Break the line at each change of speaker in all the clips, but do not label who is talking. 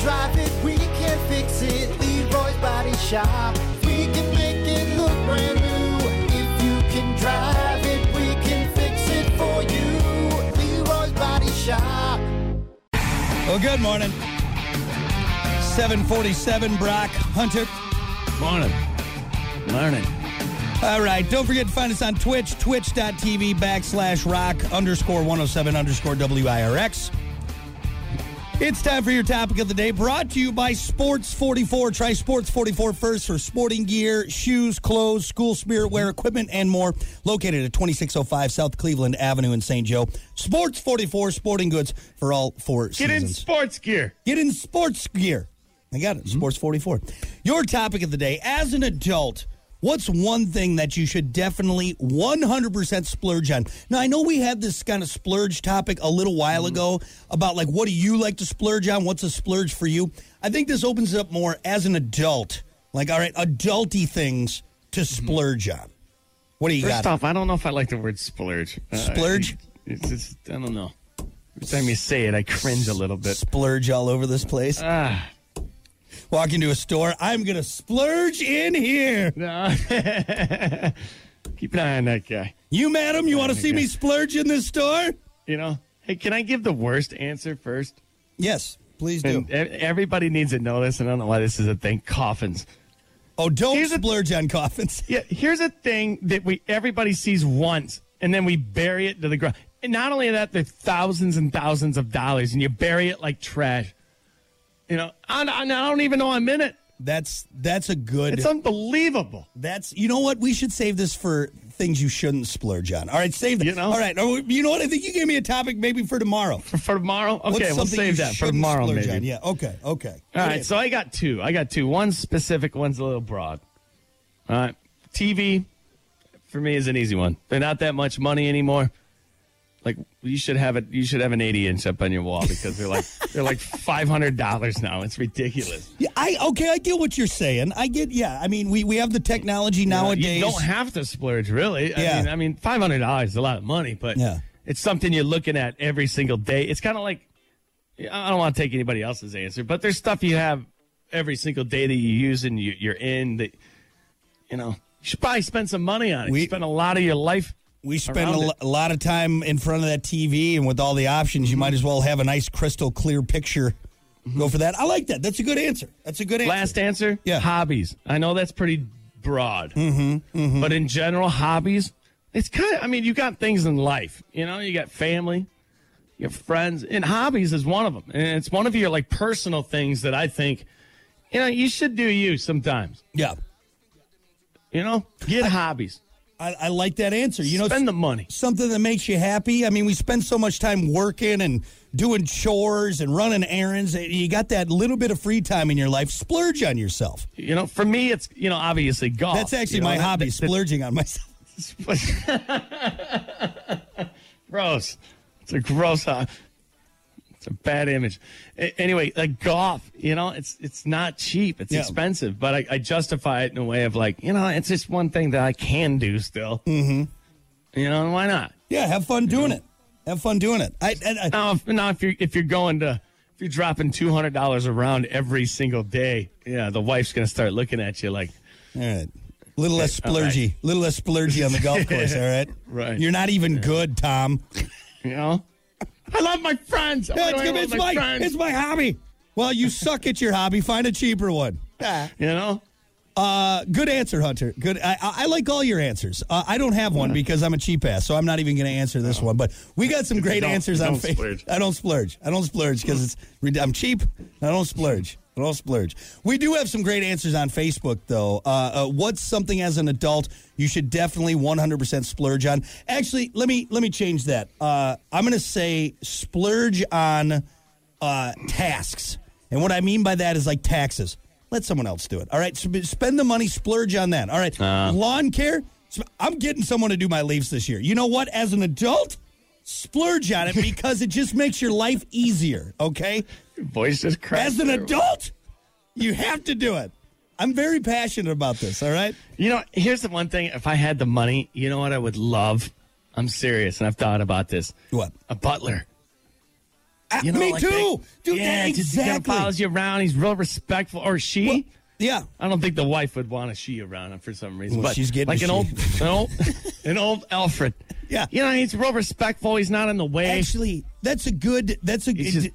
drive it, we can fix it. Leroy's Body Shop. We can make it look brand new. If you can drive it, we can fix it for you. Leroy's Body Shop.
Well, good morning. 747 Brock Hunter.
Morning. Morning.
All right, don't forget to find us on Twitch, twitch.tv backslash rock underscore 107 underscore WIRX. It's time for your topic of the day, brought to you by Sports 44. Try Sports 44 first for sporting gear, shoes, clothes, school spirit wear, equipment, and more. Located at 2605 South Cleveland Avenue in St. Joe. Sports 44 sporting goods for all four
Get in
seasons.
sports gear.
Get in sports gear. I got
Mm-hmm.
it. Sports 44. Your topic of the day as an adult, what's one thing that you should definitely 100% splurge on? Now, I know we had this kind of splurge topic a little while
Mm-hmm.
ago about like, what do you like to splurge on? What's a splurge for you? I think this opens it up more as an adult. Like, all right, adulty things to splurge on. What do you
Mm-hmm. First
got?
off, I don't know if I like the word splurge. Uh,
Splurge?
it- it's just, I don't know. Every time you say it, I cringe a little bit.
Splurge all over this place.
Ah.
Walk into a store, I'm going to splurge in here.
No. Keep an eye on that guy.
You, madam, you want to
my
see me
God.
splurge in this store?
You know? Hey, can I give the worst answer first?
Yes, please do.
And e- everybody needs to know this, and I don't know why this is a thing. Coffins.
oh, don't
here's the-
splurge on coffins.
Yeah, here's a thing that we everybody sees once, and then we bury it to the ground. And not only that, they're thousands and thousands of dollars, and you bury it like trash. You know, I, I, I don't even know I'm in it.
That's that's a good.
It's unbelievable.
that's you know what we should save this for things you shouldn't splurge on. All right, save that.
You know?
All right, are we- you know what? I think you gave me a topic maybe for tomorrow.
For, for tomorrow? Okay,
What's
we'll
something
save
you
that for
shouldn't
tomorrow,
splurge
maybe.
on? Yeah. Okay. Okay.
All right, so I got two. I got two. One's specific, one's a little broad. All right, TV for me is an easy one. They're not that much money anymore. Like you should have it. You should have an eighty inch up on your wall because they're like they're like five hundred dollars now. It's ridiculous.
Yeah, I okay. I get what you're saying. I get. Yeah. I mean, we we have the technology nowadays.
you don't have to splurge really. I
Yeah.
mean, I mean, five hundred dollars is a lot of money, but
Yeah.
it's something you're looking at every single day. It's kind of like I don't want to take anybody else's answer, but there's stuff you have every single day that you use and you, you're in that you know you should probably spend some money on it.
We-
you spend a lot of your life.
we spend a,
around
lo-
it.
a lot of time in front of that TV, and with all the options,
Mm-hmm.
you might as well have a nice crystal clear picture. Go for that. I like that. That's a good answer. That's a good answer.
Last answer,
Yeah. Mm-hmm,
hobbies. I know that's pretty broad, but in general, hobbies. It's kind of. I mean, you got things in life. You know, you got family, you have friends, and hobbies is one of them. And it's one of your like personal things that I think, you know, you should do you sometimes.
Yeah.
You know, get hobbies.
I, I like that answer. You know,
spend the money.
something that makes you happy. I mean, we spend so much time working and doing chores and running errands. You got that little bit of free time in your life. Splurge on yourself.
You know, for me, it's you know obviously golf.
That's actually
Oh, you know,
my
that-
hobby,
that-
splurging on myself.
gross. It's a gross. Uh, it's a bad image. A- anyway, like golf, you know, it's it's not cheap. It's
Yeah.
expensive, but I, I justify it in a way of like, you know, it's just one thing that I can do still. Mm-hmm. You know, why not?
Yeah, have fun doing it. Have fun doing it. I, and I,
Now, if, now if you're if you're going to if you're dropping two hundred dollars around every single day, yeah, the wife's gonna start looking at you like,
all right. Little less
all right.
splurgy. Little less splurgy on the golf course, all right?
Right.
You're not even good, Tom.
you know, I love my friends. Why
it's,
do I love
it's
my
my,
friends?
it's my hobby. Well, you suck at your hobby. Find a cheaper one.
you know.
Good answer, Hunter. Good. I, I, I like all your answers. Uh, I don't have one because I'm a cheap ass, so I'm not even going to answer this one. But we got some great
don't-
answers on
don't
Facebook.
splurge.
I don't splurge. I don't splurge because it's rid- I'm cheap. I don't splurge. I don't splurge. We do have some great answers on Facebook, though. Uh, uh, what's something as an adult you should definitely 100% splurge on? Actually, let me let me change that. Uh, I'm going to say splurge on uh, tasks. And what I mean by that is like taxes. Let someone else do it. All right. Sp- Spend the money, splurge on that. All right.
Uh.
Lawn care. Sp- I'm getting someone to do my leaves this year. You know what? As an adult, splurge on it because it just makes your life easier. Okay.
voice just cracked.
As an
there.
adult, you have to do it. I'm very passionate about this. All right.
You know, here's the one thing. If I had the money, you know what I would love? I'm serious, and I've thought about this.
What?
A butler.
Ah,
You know,
me
like
too.
that-
Dude,
yeah,
that-
just he kinda
exactly.
follows you around. He's real respectful, or she.
Well, yeah.
I don't think the wife would want a she around for some reason.
Well,
but
she's getting
like
a
an
she.
old, an old, an old Alfred.
Yeah.
you know he's real respectful. He's not in the way.
Actually, that's a good. That's a
He's just-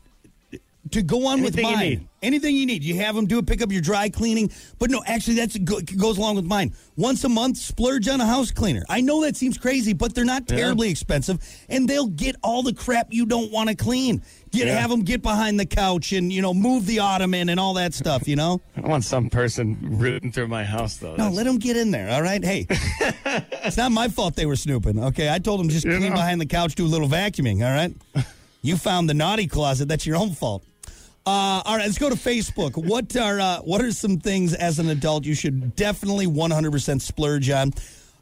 to go on with
Anything you
mine.
need.
Anything you need, you have them do it. Pick up your dry cleaning, but no, actually, that's go, goes along with mine. Once a month, splurge on a house cleaner. I know that seems crazy, but they're not
Yeah.
terribly expensive, and they'll get all the crap you don't want to clean. Get
Yeah.
have them get behind the couch and you know move the ottoman and all that stuff. You know,
I don't want some person rooting through my house though.
no,
That's-
let them get in there. All right, hey, it's not my fault they were snooping. Okay, I told them just
You
clean
know.
behind the couch, do a little vacuuming. All right, you found the naughty closet. That's your own fault. Uh, all right, let's go to Facebook. What are uh, what are some things as an adult you should definitely 100% splurge on?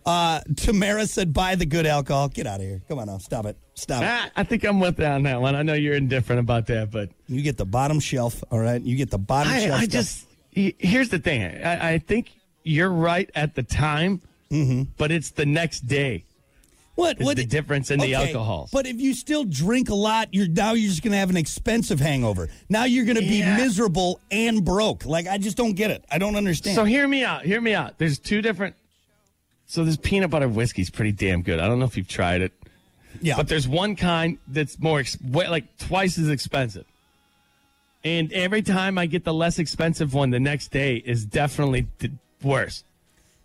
Uh, Tamara said, "Buy the good alcohol." Get out of here! Come on now, stop it, stop it.
Ah, I think I'm with you on that one. I know you're indifferent about that, but
You get the bottom shelf. All right, you get the bottom
I,
shelf.
I
stuff.
just he- here's the thing. I, I think you're right at the time, but it's the next day.
What?
is
Mm-hmm. what
the difference in the alcohols.
But if you still drink a lot, you're now you're just going to have an expensive hangover. Now you're going to
Yeah.
be miserable and broke. Like I just don't get it. I don't understand.
So hear me out. Hear me out. There's two different. So this peanut butter whiskey's pretty damn good. I don't know if you've tried it,
yeah,
but there's one kind that's more ex- way- like twice as expensive. And every time I get the less expensive one, the next day is definitely the worse.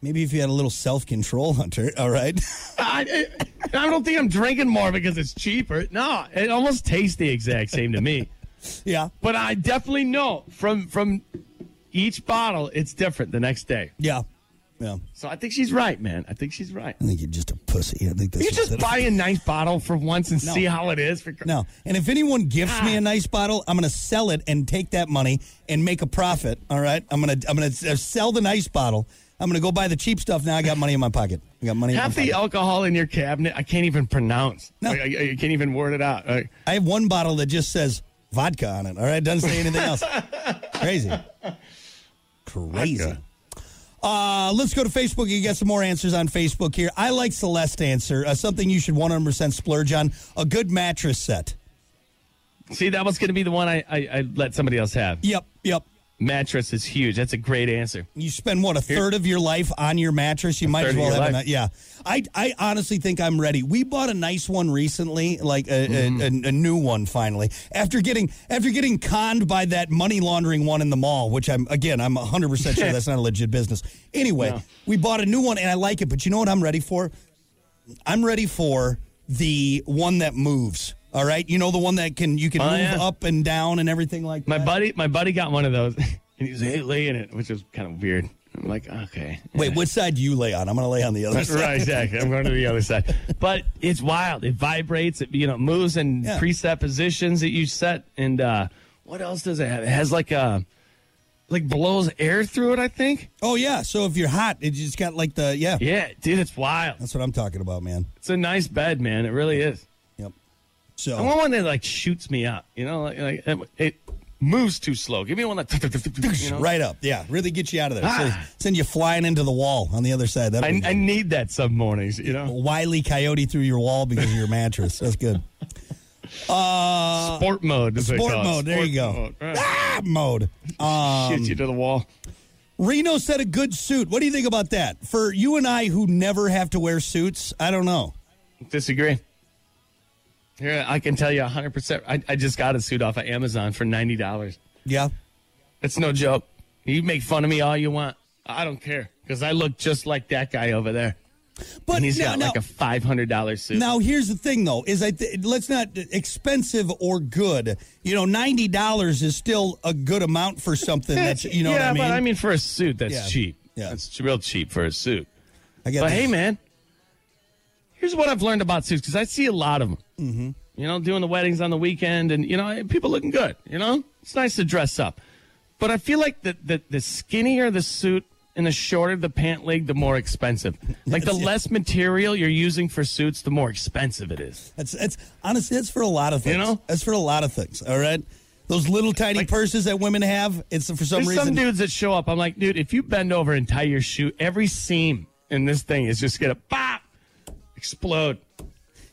maybe if you had a little self control, Hunter. All right.
I, I I don't think I'm drinking more because it's cheaper. No, it almost tastes the exact same to me.
yeah.
But I definitely know from from each bottle, it's different the next day.
Yeah. Yeah.
So I think she's right, man. I think she's right.
I think you're just a pussy. I think that's
You
what
just
that-
buy a nice bottle for once and
No.
see how it is. For
No. And if anyone gifts me
Ah.
a nice bottle, I'm going to sell it and take that money and make a profit. All right. I'm going to I'm going to sell the nice bottle. I'm going to go buy the cheap stuff. Now I got money in my pocket. I got money.
half
in my
the
pocket.
alcohol in your cabinet, I can't even pronounce.
No.
Like, I, I can't even word it out. Like,
I have one bottle that just says vodka on it. All right, doesn't say anything else. Crazy, crazy. Uh, let's go to Facebook. You got some more answers on Facebook here. I like Celeste answer. Uh, something you should one hundred percent splurge on: a good mattress set.
see, that was going to be the one I, I, I let somebody else have.
Yep, yep.
Mattress is huge. That's a great answer.
You spend what a third of your life on your mattress. You might as
third of
well
your
have a
life.
ni- yeah. I I honestly think I'm ready. We bought a nice one recently, like a,
Mm-hmm.
a, a, a new one finally. After getting after getting conned by that money laundering one in the mall, which I'm again I'm 100 percent sure that's not a legit business. Anyway,
No.
we bought a new one and I like it. But you know what I'm ready for? I'm ready for the one that moves. All right, you know the one that can you can
Oh,
move
yeah.
up and down and everything like
My
that.
buddy, my buddy got one of those, and he was like, hey, lay in it, which was kind of weird. I'm like, okay,
Wait, what side do you lay on? I'm going to lay on the other side.
right, exactly. I'm going to the other side, but it's wild. It vibrates. It you know moves in
Yeah.
preset positions that you set, and uh, what else does it have? It has like a like blows air through it. I think.
Oh yeah, so if you're hot, it just got like the yeah.
Yeah, dude, it's wild.
That's what I'm talking about, man.
It's a nice bed, man. It really is.
Yep.
I
So
want one that like shoots me up. You know, like, like it, it moves too slow. Give me one that you know?
right up, yeah, really get you out of there.
Ah.
So, send you flying into the wall on the other side. That
I,
be
I need that some mornings. You know,
wily coyote through your wall because of your mattress. That's good.
sport mode. is what they
Sport
call it.
mode. There you
Sport
go.
mode.
Ah,
Ah,
mode. Um,
shoots you to the wall.
Reno said a good suit. What do you think about that? For you and I who never have to wear suits, I don't know.
Disagree. Here, I can tell you 100%. I, I just got a suit off of Amazon for $90.
Yeah.
It's no joke. You make fun of me all you want. I don't care because I look just like that guy over there.
But
And he's
no,
got
no.
like a $500 suit.
Now here's the thing though is I th- let's not expensive or good. You know, ninety dollars is still a good amount for something that's you know
yeah,
what I mean.
but I mean for a suit, that's
Yeah.
cheap.
Yeah.
That's ch- real cheap for a suit.
I get
But
this.
hey, man, here's what I've learned about suits because I see a lot of them. Mm-hmm. You know, doing the weddings on the weekend, and you know, people looking good. You know, it's nice to dress up, but I feel like the the, the skinnier the suit and the shorter the pant leg, the more expensive. Like the
Yes, yeah.
less material you're using for suits, the more expensive it is.
That's that's honestly that's for a lot of things.
You know?
that's for a lot of things. All right, those little tiny purses that women have. It's for some
There's
reason.
some dudes that show up. I'm like, dude, if you bend over and tie your shoe, every seam in this thing is just gonna pop, explode.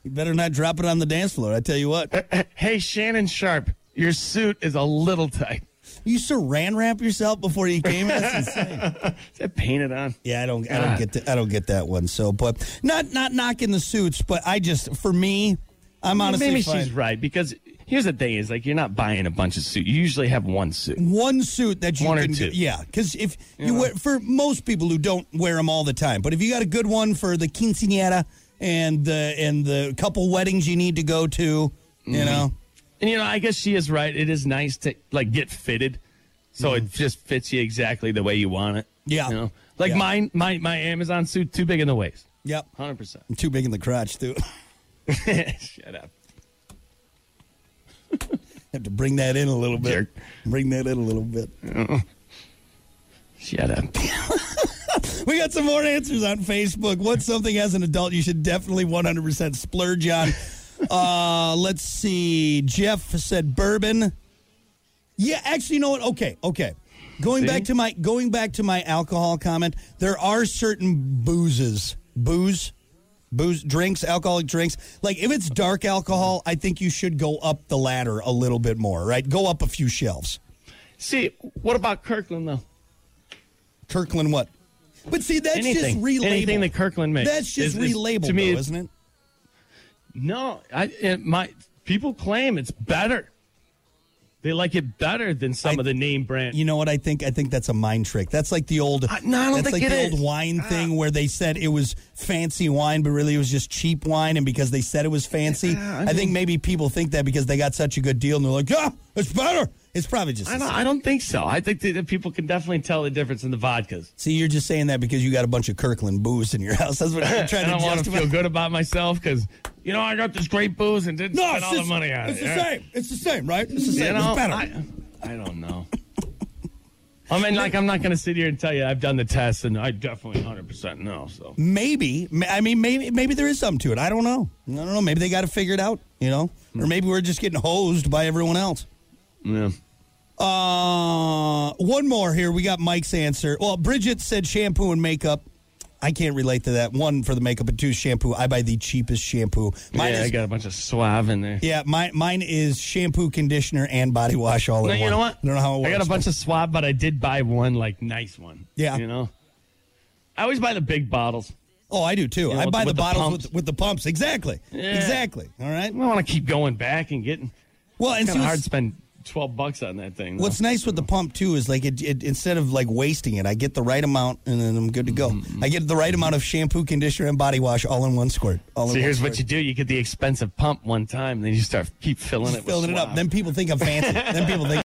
You better not drop it on the dance floor. I tell you what.
Hey, Shannon Sharp, your suit is a little tight.
You saran wrap yourself before you came. That's insane.
Is that painted on?
Yeah, I don't, I don't
God.
get, the, I don't get that one. So, but not, not knocking the suits, but I just, for me, I'm honestly
Maybe
fine.
she's right because here's the thing: is like you're not buying a bunch of suits. You usually have one suit.
one suit that you
One or
can
two.
Get, yeah because if you, wear for most people who don't wear them all the time but if you got a good one for the quinceanera and the and the couple weddings you need to go to
Mm-hmm.
you know
And you know, I guess she is right. It is nice to like get fitted, so it just fits you exactly the way you want it.
Mm. Yeah.
you know? like
Yeah.
mine, my my Amazon suit too big in the waist,
yep
hundred percent.
I'm too big in the crotch too
Shut up.
have to bring that in a little bit
Jerk.
bring that in a little bit
Shut up.
we got some more answers on facebook what's something as an adult you should definitely 100% splurge on uh let's see jeff said bourbon Yeah, actually, you know what? Okay, okay. Going
See?
back to my going back to my alcohol comment, there are certain boozes, booze, booze drinks, alcoholic drinks. Like if it's dark alcohol, I think you should go up the ladder a little bit more, right? Go up a few shelves.
See, what about Kirkland though?
Kirkland, what? But see, that's
Anything.
just relabeled.
Anything that Kirkland makes
That's just
is- is-
relabeled,
to me,
though,
it-
isn't it?
No, I it, my people claim it's better. They like it better than some
I-
of the name brand.
You know what I think? I think that's a mind trick. That's like the old.
I- no, I don't
that's
think
like the
it
old
is. Ah.
wine thing where they said it was fancy wine, but really it was just cheap wine. And because they said it was fancy,
Ah,
I, think maybe people think that because they got such a good deal, and they're like, "Yeah, it's better." It's probably just.
I
the
don't,
same.
I don't think so. I think that that people can definitely tell the difference in the vodkas.
See, you're just saying that because you got a bunch of Kirkland booze in your house. That's what you're
I
trying to
don't want to
justify.
feel good about myself because you know I got this great booze and didn't spend all the
just-
money on
it's
it.
the
yeah.
same. It's the same, right? It's the
You
same.
know,
it's better.
I, I don't know. I mean, like I'm not going to sit here and tell you I've done the test and I definitely 100 percent know. So
Mm, maybe ma- i mean maybe maybe there is something to it i don't know i don't know maybe they got to figure it out you know or maybe we're just getting hosed by everyone else
yeah,
uh one more here we got mike's answer well bridget said shampoo and makeup i can't relate to that one for the makeup and two shampoo i buy the cheapest shampoo mine
yeah,
is
I got a bunch of suave in there.
yeah mine, mine is shampoo conditioner and body wash all
No,
in
you
one
know what?
i don't know how it works
I got a bunch of swab, but I did buy one like nice one.
Yeah.
you know, I always buy the big bottles.
oh i do too
know,
i
with
buy the,
the- with the
bottles
pumps.
with, with the pumps exactly
Yeah.
exactly all right
I want to keep going back and getting.
well and
It's
see
kind of
what's-
hard to spend 12 bucks on that thing. though.
What's nice with the pump too is like it, it instead of like wasting it, I get the right amount and then I'm good to go.
Mm-hmm.
I get the right amount of shampoo, conditioner, and body wash all in one squirt. All
so
in
here's
one
what you do: you get the expensive pump one time, then you start keep filling it,
filling
with
it up.
Suave.
Then people think I'm fancy. then people think.